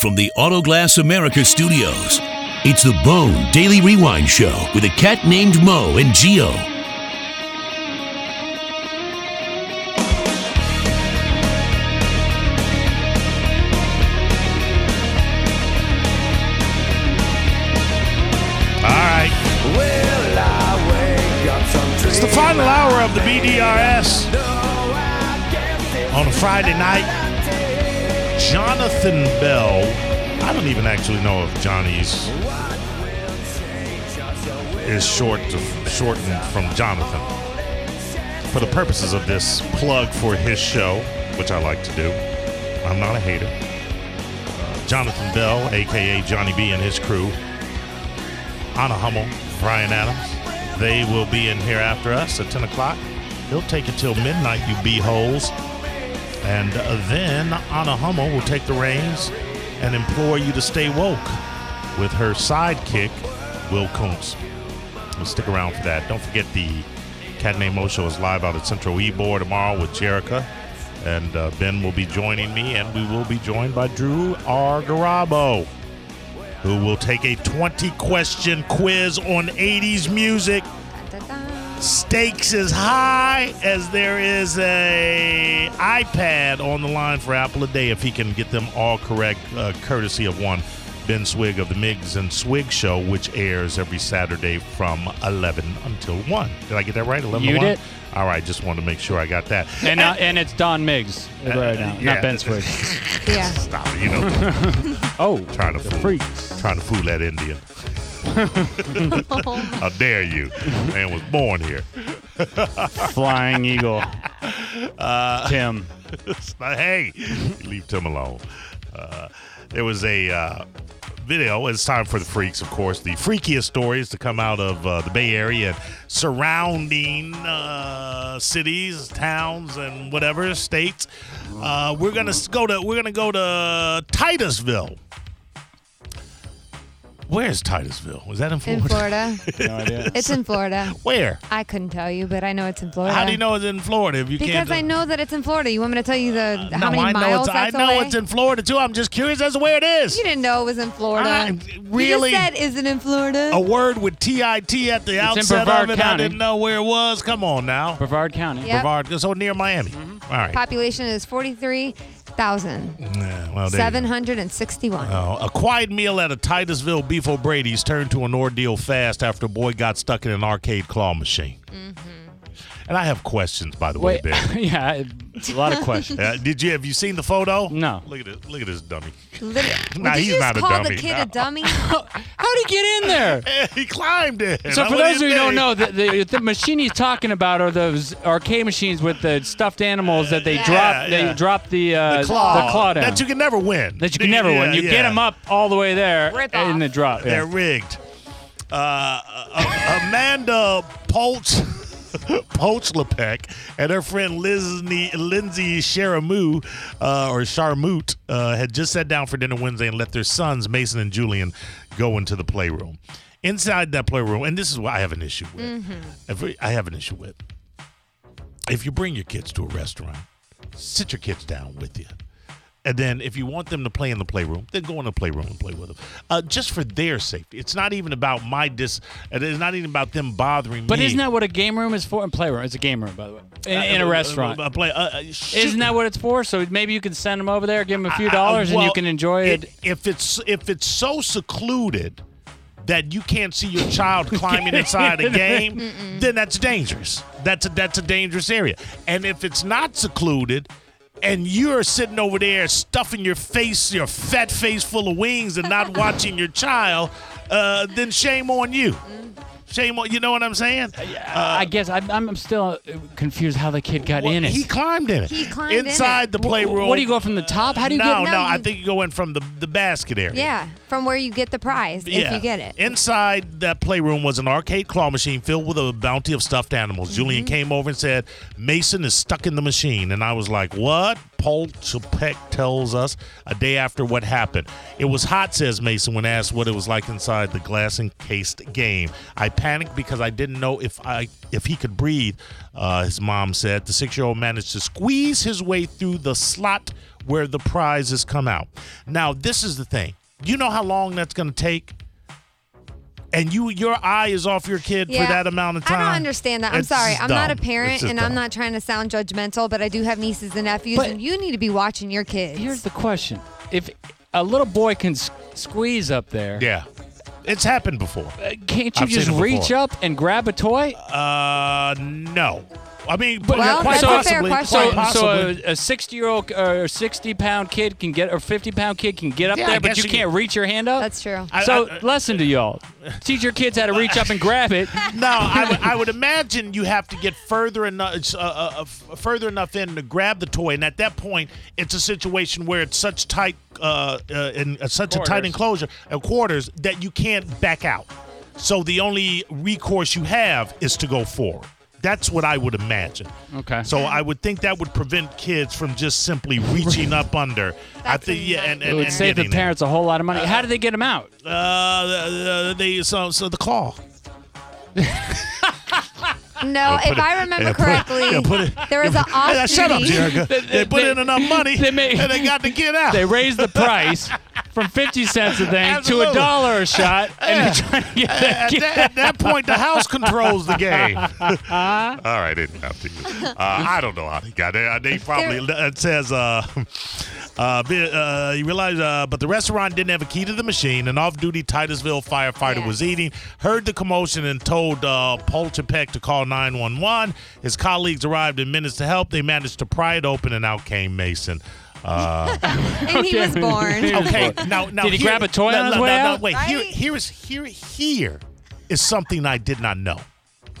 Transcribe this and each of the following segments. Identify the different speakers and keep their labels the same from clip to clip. Speaker 1: From the Autoglass America studios, it's the Bone Daily Rewind Show with a cat named Mo and Geo.
Speaker 2: All right.
Speaker 3: Will I wake up someday?
Speaker 2: It's the final hour of the BDRS on a Friday night. Jonathan Bell. I don't even actually know if Johnny's is short shortened from Jonathan. For the purposes of this plug for his show, which I like to do, I'm not a hater. Uh, Jonathan Bell, aka Johnny B, and his crew Anna Hummel, Brian Adams. They will be in here after us at 10 o'clock. He'll take it till midnight, you b-holes. And uh, then Anna Hummel will take the reins and implore you to stay woke with her sidekick, Will Koontz. We'll stick around for that. Don't forget the Cat Name Mo Show is live out at Central Ebor tomorrow with Jerica. And uh, Ben will be joining me, and we will be joined by Drew R. Garabo who will take a 20 question quiz on 80s music. Stakes as high as there is a iPad on the line for Apple a day if he can get them all correct, uh, courtesy of one Ben Swig of the Migs and Swig Show, which airs every Saturday from 11 until 1. Did I get that right? 11 to
Speaker 4: You
Speaker 2: 1?
Speaker 4: did.
Speaker 2: All right, just wanted to make sure I got that.
Speaker 4: And, uh, and it's Don Miggs right now,
Speaker 2: yeah.
Speaker 4: not Ben Swig.
Speaker 5: Yeah.
Speaker 2: Stop it, you know,
Speaker 4: oh,
Speaker 2: trying to fool, trying to fool that Indian. How dare you? Man was born here.
Speaker 4: Flying Eagle. Tim.
Speaker 2: It's like, hey, leave Tim alone. Uh, there was a uh, video. It's time for the freaks, of course. The freakiest stories to come out of uh, the Bay Area and surrounding uh, cities, towns, and whatever states. Uh, we're gonna s- go to we're gonna go to Titusville. Where's Titusville? Was that in Florida?
Speaker 5: In Florida.
Speaker 4: No idea.
Speaker 5: It's in Florida.
Speaker 2: Where?
Speaker 5: I couldn't tell you, but I know it's in Florida.
Speaker 2: How do you know it's in Florida if you can't?
Speaker 5: Because I know that it's in Florida. You want me to tell you the
Speaker 2: Uh, No,
Speaker 5: how many
Speaker 2: I know
Speaker 5: miles
Speaker 2: it's,
Speaker 5: that's
Speaker 2: I know
Speaker 5: away?
Speaker 2: it's in Florida too. I'm just curious as to where it is.
Speaker 5: you didn't know it was in Florida.
Speaker 2: I- really? Oh.
Speaker 5: You just said, is it in Florida?
Speaker 2: a word with TIT at the outset of
Speaker 4: Brevard
Speaker 2: it. I
Speaker 4: County.
Speaker 2: didn't know where it was. Come on now.
Speaker 4: Brevard County.
Speaker 5: Yep.
Speaker 2: Brevard, so near Miami.
Speaker 4: Mm-hmm.
Speaker 2: All right.
Speaker 5: Population is 43,761.
Speaker 2: Yeah, well, there you go. Uh, a quiet meal at a Titusville Beef O'Brady's turned to an ordeal fast after a boy got stuck in an arcade claw machine. And I have questions, by the
Speaker 4: Mm-hmm. Wait,
Speaker 2: way, Ben.
Speaker 4: yeah, it's a lot of questions.
Speaker 2: Uh, did you have you seen the photo?
Speaker 4: No.
Speaker 2: Look at this. Look at this dummy.
Speaker 5: Lit-
Speaker 2: Nah,
Speaker 5: Did
Speaker 2: he's
Speaker 5: you just
Speaker 2: not a
Speaker 5: call
Speaker 2: dummy,
Speaker 5: the kid
Speaker 2: no.
Speaker 5: a dummy?
Speaker 4: How'd he get in there?
Speaker 2: he climbed it.
Speaker 4: So, for
Speaker 2: What do
Speaker 4: those of you who don't
Speaker 2: think?
Speaker 4: know, the, the, the machine he's talking about are those arcade machines with the stuffed animals that they
Speaker 5: Yeah.
Speaker 4: drop.
Speaker 2: Yeah.
Speaker 4: They drop the, uh, the claw down.
Speaker 2: that you can never win.
Speaker 4: That you can never win.
Speaker 2: Yeah,
Speaker 4: You get
Speaker 2: yeah.
Speaker 4: them up all the way there
Speaker 5: Rip off.
Speaker 4: in the drop.
Speaker 2: They're
Speaker 4: Yeah.
Speaker 2: rigged. Uh, uh, Amanda Polch. Pochlepec and her friend Lizzie, Lindsay Sharamu uh, or Sharmut uh, had just sat down for dinner Wednesday and let their sons, Mason and Julian, go into the playroom. Inside that playroom, and this is what I have an issue with. If we- I have an issue with. If you bring your kids to a restaurant, sit your kids down with you. And then if you want them to play in the playroom, then go in the playroom and play with them. Uh, just for their safety. It's not even about my dis. and It's not even about them bothering
Speaker 4: But
Speaker 2: me.
Speaker 4: isn't that what a game room is for? And playroom. It's a game room, by the way. In,
Speaker 2: Uh,
Speaker 4: in a
Speaker 2: uh,
Speaker 4: restaurant.
Speaker 2: uh, play- uh, uh, shit.
Speaker 4: Isn't that what it's for? So maybe you can send them over there, give them a few
Speaker 2: Uh,
Speaker 4: dollars, and
Speaker 2: well,
Speaker 4: you can enjoy it.
Speaker 2: If it's if it's so secluded that you can't see your child climbing inside a game, then that's dangerous. That's a that's a dangerous area. And if it's not secluded. And you're sitting over there stuffing your face, your fat face full of wings, and not watching your child. Uh, then shame on you.
Speaker 5: Mm.
Speaker 2: Shame on you. Know what I'm saying?
Speaker 4: I guess I'm, I'm still uh, confused how the kid got
Speaker 2: uh, Well,
Speaker 4: in it.
Speaker 2: He climbed in it.
Speaker 5: He climbed in it.
Speaker 2: inside the playroom.
Speaker 4: What do you go from the top? How do you
Speaker 2: no,
Speaker 4: get
Speaker 2: no,
Speaker 4: down?
Speaker 2: I think you go in from the, the basket area.
Speaker 5: yeah, from where you get the prize if
Speaker 2: Yeah.
Speaker 5: you get it.
Speaker 2: Inside that playroom was an arcade claw machine filled with a bounty of stuffed
Speaker 5: Mm-hmm.
Speaker 2: animals. Julian came over and said, Mason is stuck in the machine. And I was like, What? Paul Chapek tells us a day after what happened. It was hot, says Mason, when asked what it was like inside the glass encased game. I panicked because I didn't know if I if he could breathe, uh, his mom said. The six year old managed to squeeze his way through the slot where the prizes come out. Now, this is the thing. You know how long that's going to take? And you, your eye is off your kid
Speaker 5: Yeah.
Speaker 2: for that amount of time.
Speaker 5: I don't understand that. I'm
Speaker 2: It's
Speaker 5: sorry.
Speaker 2: just
Speaker 5: I'm not a
Speaker 2: dumb. It's
Speaker 5: parent,
Speaker 2: just
Speaker 5: and I'm
Speaker 2: dumb.
Speaker 5: not trying to sound judgmental, but I do have nieces and nephews,
Speaker 4: But-
Speaker 5: and you need to be watching your kids.
Speaker 4: Here's the question: If a little boy can s- squeeze up there,
Speaker 2: Yeah, it's happened before.
Speaker 4: uh, can't you
Speaker 2: I've seen
Speaker 4: just
Speaker 2: it before.
Speaker 4: reach up and grab a toy?
Speaker 2: Uh, no. I mean, but
Speaker 5: Well,
Speaker 2: quite
Speaker 5: that's a fair
Speaker 2: possibly, quite
Speaker 5: question.
Speaker 4: so,
Speaker 2: possibly.
Speaker 4: so a, a 60 year old or 60 pound kid can get, or 50 pound kid can get up
Speaker 2: Yeah, I
Speaker 4: there, but
Speaker 2: guess
Speaker 4: you
Speaker 2: you
Speaker 4: can't
Speaker 2: can-
Speaker 4: reach your hand up?
Speaker 5: That's true.
Speaker 2: I-
Speaker 4: So,
Speaker 2: I- I-
Speaker 4: lesson to y'all teach your kids how to reach up and grab it.
Speaker 2: No, I would- I would imagine you have to get further enough, uh, uh, uh, f- further enough in to grab the toy, and at that point, it's a situation where it's such tight, uh, uh, in uh, such a tight
Speaker 4: Quarters.
Speaker 2: enclosure and quarters that you can't back out. So the only recourse you have is to go forward. That's what I would imagine.
Speaker 4: Okay.
Speaker 2: So I would think that would prevent kids from just simply reaching up under. I
Speaker 5: That's
Speaker 2: think yeah, and, and,
Speaker 5: a
Speaker 4: It would
Speaker 2: and
Speaker 4: save the
Speaker 2: getting there.
Speaker 4: parents a whole lot of money. How do they get them out?
Speaker 2: Uh, they so so the claw.
Speaker 5: No, if I remember correctly, there was an off
Speaker 2: Yeah, shut up,
Speaker 5: duty.
Speaker 2: Jerica. They, put
Speaker 4: they-
Speaker 2: in enough money,
Speaker 4: they make-
Speaker 2: and they got to get out.
Speaker 4: They raise the price from 50 cents a thing to a
Speaker 2: Absolutely.
Speaker 4: dollar a shot, and they're trying to get that
Speaker 2: at,
Speaker 4: kid
Speaker 2: that, at that point, the house controls the game. All right, it, uh, I don't know how they got it. They probably it says, uh, uh, be- uh, "You realize?" Uh, but the restaurant didn't have a key to the machine. An off-duty Titusville firefighter
Speaker 5: Yeah.
Speaker 2: was eating, heard the commotion, and told uh, Polchapek to call 911. His colleagues arrived in minutes to help. They managed to pry it open, and out came Mason. Uh,
Speaker 5: And he was born.
Speaker 2: Okay, now now
Speaker 4: Did he
Speaker 2: here-
Speaker 4: grab a toy
Speaker 2: no,
Speaker 4: on his
Speaker 2: no,
Speaker 4: way
Speaker 2: no, no,
Speaker 4: out?
Speaker 2: wait, here
Speaker 5: Right?
Speaker 2: here is here here is something I did not know.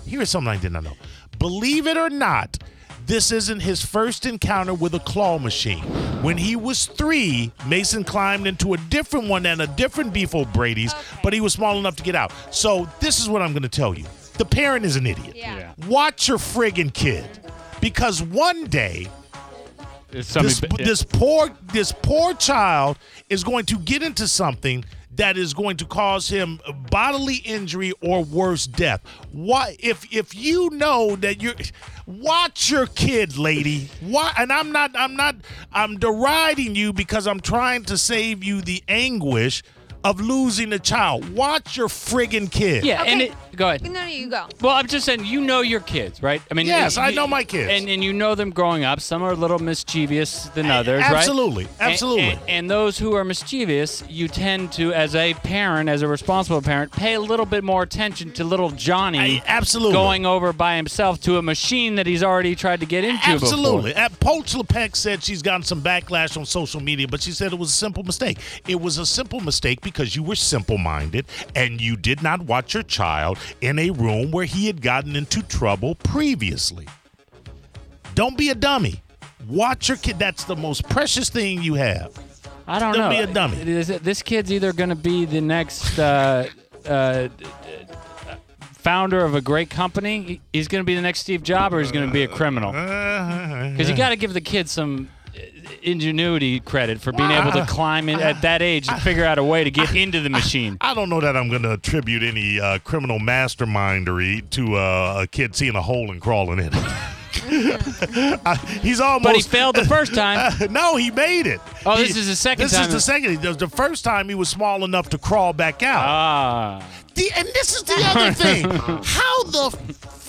Speaker 2: Here is something I did not know. Believe it or not, this isn't his first encounter with a claw machine. When he was three, Mason climbed into a different one and a different beef Brady's, but he was small enough to get out. So this is what I'm going to tell you: the parent is an idiot.
Speaker 5: Yeah.
Speaker 2: Watch your friggin' kid, because one day
Speaker 4: It's something
Speaker 2: this,
Speaker 4: ba-
Speaker 2: this poor this poor child is going to get into something that is going to cause him bodily injury or worse death. Why if if you know that you're watch your kid, lady. Why and I'm not I'm not I'm deriding you because I'm trying to save you the anguish of losing a child. Watch your friggin' kid.
Speaker 4: Yeah, and
Speaker 5: Okay.
Speaker 4: it, go ahead.
Speaker 5: No, no, you go.
Speaker 4: Well, I'm just saying, you know your kids, right? I mean,
Speaker 2: Yes,
Speaker 4: you-
Speaker 2: I know my kids.
Speaker 4: and and you know them growing up. Some are a little mischievous than others, right?
Speaker 2: absolutely,
Speaker 4: And-
Speaker 2: absolutely.
Speaker 4: And, and those who are mischievous, you tend to, as a parent, as a responsible parent, pay a little bit more attention to little Johnny
Speaker 2: I- absolutely.
Speaker 4: going over by himself to a machine that he's already tried to get into. before.
Speaker 2: Absolutely. At Poach Lepeck said she's gotten some backlash on social media, but she said it was a simple mistake. It was a simple mistake because you were simple minded and you did not watch your child in a room where he had gotten into trouble previously. Don't be a dummy. Watch your kid. That's the most precious thing you have.
Speaker 4: I don't
Speaker 2: Don't
Speaker 4: know.
Speaker 2: be a dummy.
Speaker 4: This, this kid's either going to be the next uh, uh, d- d- founder of a great company. He- He's going to be the next Steve Jobs, or he's going to be a criminal.
Speaker 2: Uh,
Speaker 4: Because you got to give the kid some uh, ingenuity credit for being
Speaker 2: Ah.
Speaker 4: able to climb in at that age and figure out a way to get into the machine.
Speaker 2: I don't know that I'm going to attribute any uh, criminal mastermindery to uh, a kid seeing a hole and crawling in it. Uh, he's almost.
Speaker 4: But he failed the first time.
Speaker 2: no, he made it.
Speaker 4: Oh, this
Speaker 2: He-
Speaker 4: is the second
Speaker 2: This
Speaker 4: time.
Speaker 2: is the second. The, the first time he was small enough to crawl back out.
Speaker 4: Ah,
Speaker 2: The- and this is the other thing. How the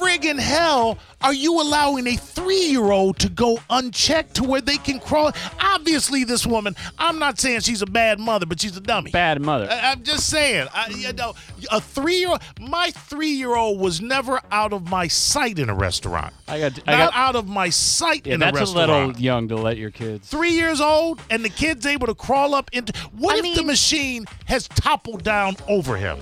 Speaker 2: friggin' hell are you allowing a three-year-old to go unchecked to where they can crawl? Obviously, this woman. I'm not saying she's a bad mother, but she's a dummy.
Speaker 4: bad mother.
Speaker 2: I- I'm just saying, I, you know, a three-year-old. My three-year-old was never out of my sight in a restaurant.
Speaker 4: I got. I
Speaker 2: Not
Speaker 4: got.
Speaker 2: out of my sight
Speaker 4: Yeah,
Speaker 2: in a
Speaker 4: that's a
Speaker 2: restaurant
Speaker 4: little young to let your kids.
Speaker 2: three years old and the kid's able to crawl up into what
Speaker 5: I
Speaker 2: if the
Speaker 5: mean-
Speaker 2: machine has toppled down over him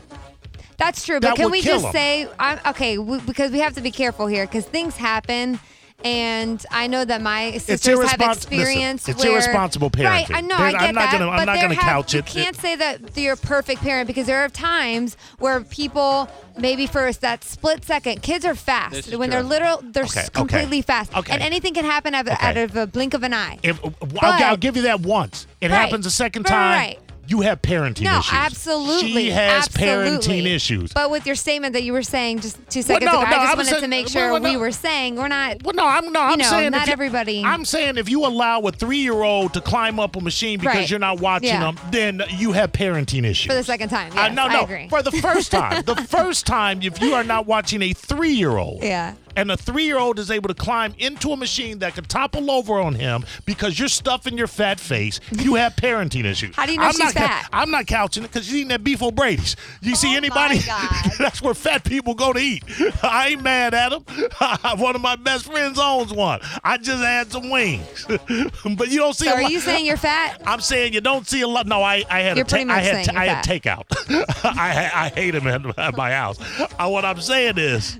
Speaker 5: That's true.
Speaker 2: That
Speaker 5: But can
Speaker 2: would
Speaker 5: we
Speaker 2: kill
Speaker 5: just
Speaker 2: him.
Speaker 5: say, I'm, okay, w- because we have to be careful here because things happen. And I know that my sisters have
Speaker 2: irrespons-
Speaker 5: experience
Speaker 2: listen, it's
Speaker 5: where,
Speaker 2: irresponsible
Speaker 5: Right, I
Speaker 2: parenting.
Speaker 5: know.
Speaker 2: There-
Speaker 5: I
Speaker 2: I'm
Speaker 5: get
Speaker 2: not
Speaker 5: that,
Speaker 2: gonna- I'm
Speaker 5: but
Speaker 2: not
Speaker 5: there
Speaker 2: gonna
Speaker 5: have-
Speaker 2: couch
Speaker 5: You
Speaker 2: it.
Speaker 5: can't say that you're a perfect parent because there are times where people maybe for that split second, kids are
Speaker 4: This
Speaker 5: fast
Speaker 4: is
Speaker 5: when
Speaker 4: true.
Speaker 5: they're literal, they're
Speaker 2: Okay,
Speaker 5: s-
Speaker 2: okay,
Speaker 5: completely fast,
Speaker 2: okay.
Speaker 5: and anything can happen out of,
Speaker 2: Okay.
Speaker 5: out of a blink of an eye.
Speaker 2: if, uh, I'll, I'll give you that once it
Speaker 5: Right.
Speaker 2: happens a second
Speaker 5: Right,
Speaker 2: time
Speaker 5: right, right.
Speaker 2: You have parenting
Speaker 5: No,
Speaker 2: issues.
Speaker 5: absolutely.
Speaker 2: She has
Speaker 5: absolutely.
Speaker 2: parenting issues.
Speaker 5: But with your statement that you were saying just two
Speaker 2: Well,
Speaker 5: seconds
Speaker 2: no,
Speaker 5: ago,
Speaker 2: no,
Speaker 5: I just
Speaker 2: I'm
Speaker 5: wanted
Speaker 2: saying-
Speaker 5: to make
Speaker 2: well,
Speaker 5: sure
Speaker 2: well,
Speaker 5: we
Speaker 2: no.
Speaker 5: were saying we're not.
Speaker 2: Well, no, I'm no. I'm
Speaker 5: know,
Speaker 2: saying
Speaker 5: not
Speaker 2: if you-
Speaker 5: everybody-
Speaker 2: I'm saying if you allow a three-year-old to climb up a machine because
Speaker 5: Right.
Speaker 2: you're not watching
Speaker 5: Yeah.
Speaker 2: them, then you have parenting issues.
Speaker 5: For the second time,
Speaker 2: I-
Speaker 5: yes,
Speaker 2: no,
Speaker 5: I
Speaker 2: no.
Speaker 5: agree.
Speaker 2: For the first time, the first time, if you are not watching a three-year-old,
Speaker 5: Yeah.
Speaker 2: and a three-year-old is able to climb into a machine that could topple over on him because you're stuffing your fat face, you have parenting issues.
Speaker 5: How do you know
Speaker 2: I'm
Speaker 5: she's
Speaker 2: not cou-
Speaker 5: fat? Oh
Speaker 2: I'm not couching it because she's eating that beef O'Brady's. You see
Speaker 5: my
Speaker 2: anybody?
Speaker 5: God.
Speaker 2: That's where fat people go to eat. I ain't mad at them. one of my best friends owns one. I just had some wings, but you don't see.
Speaker 5: So
Speaker 2: a
Speaker 5: are
Speaker 2: lot-
Speaker 5: you saying you're fat?
Speaker 2: I'm saying you don't see a lot. No, I, I had
Speaker 5: You're
Speaker 2: a ta-
Speaker 5: pretty much
Speaker 2: I had
Speaker 5: saying
Speaker 2: I
Speaker 5: you're
Speaker 2: had takeout. I ha- I hate him at, at my house. Uh, what I'm saying is,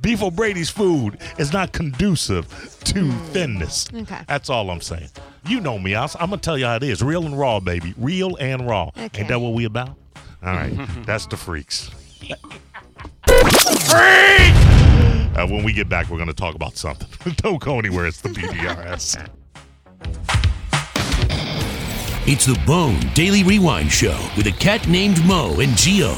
Speaker 2: Beef O'Brady's food is not conducive to thinness.
Speaker 5: Hmm. Okay.
Speaker 2: That's all I'm saying. You know me. I, am gonna tell you how it is. Real and raw, baby. Real and raw.
Speaker 5: Okay.
Speaker 2: Ain't that what we about? All right. That's the freaks. Freak! Uh, when we get back, we're gonna talk about something. don't go anywhere. It's the BBRS.
Speaker 1: It's the Bone Daily Rewind Show with a cat named Mo and Geo.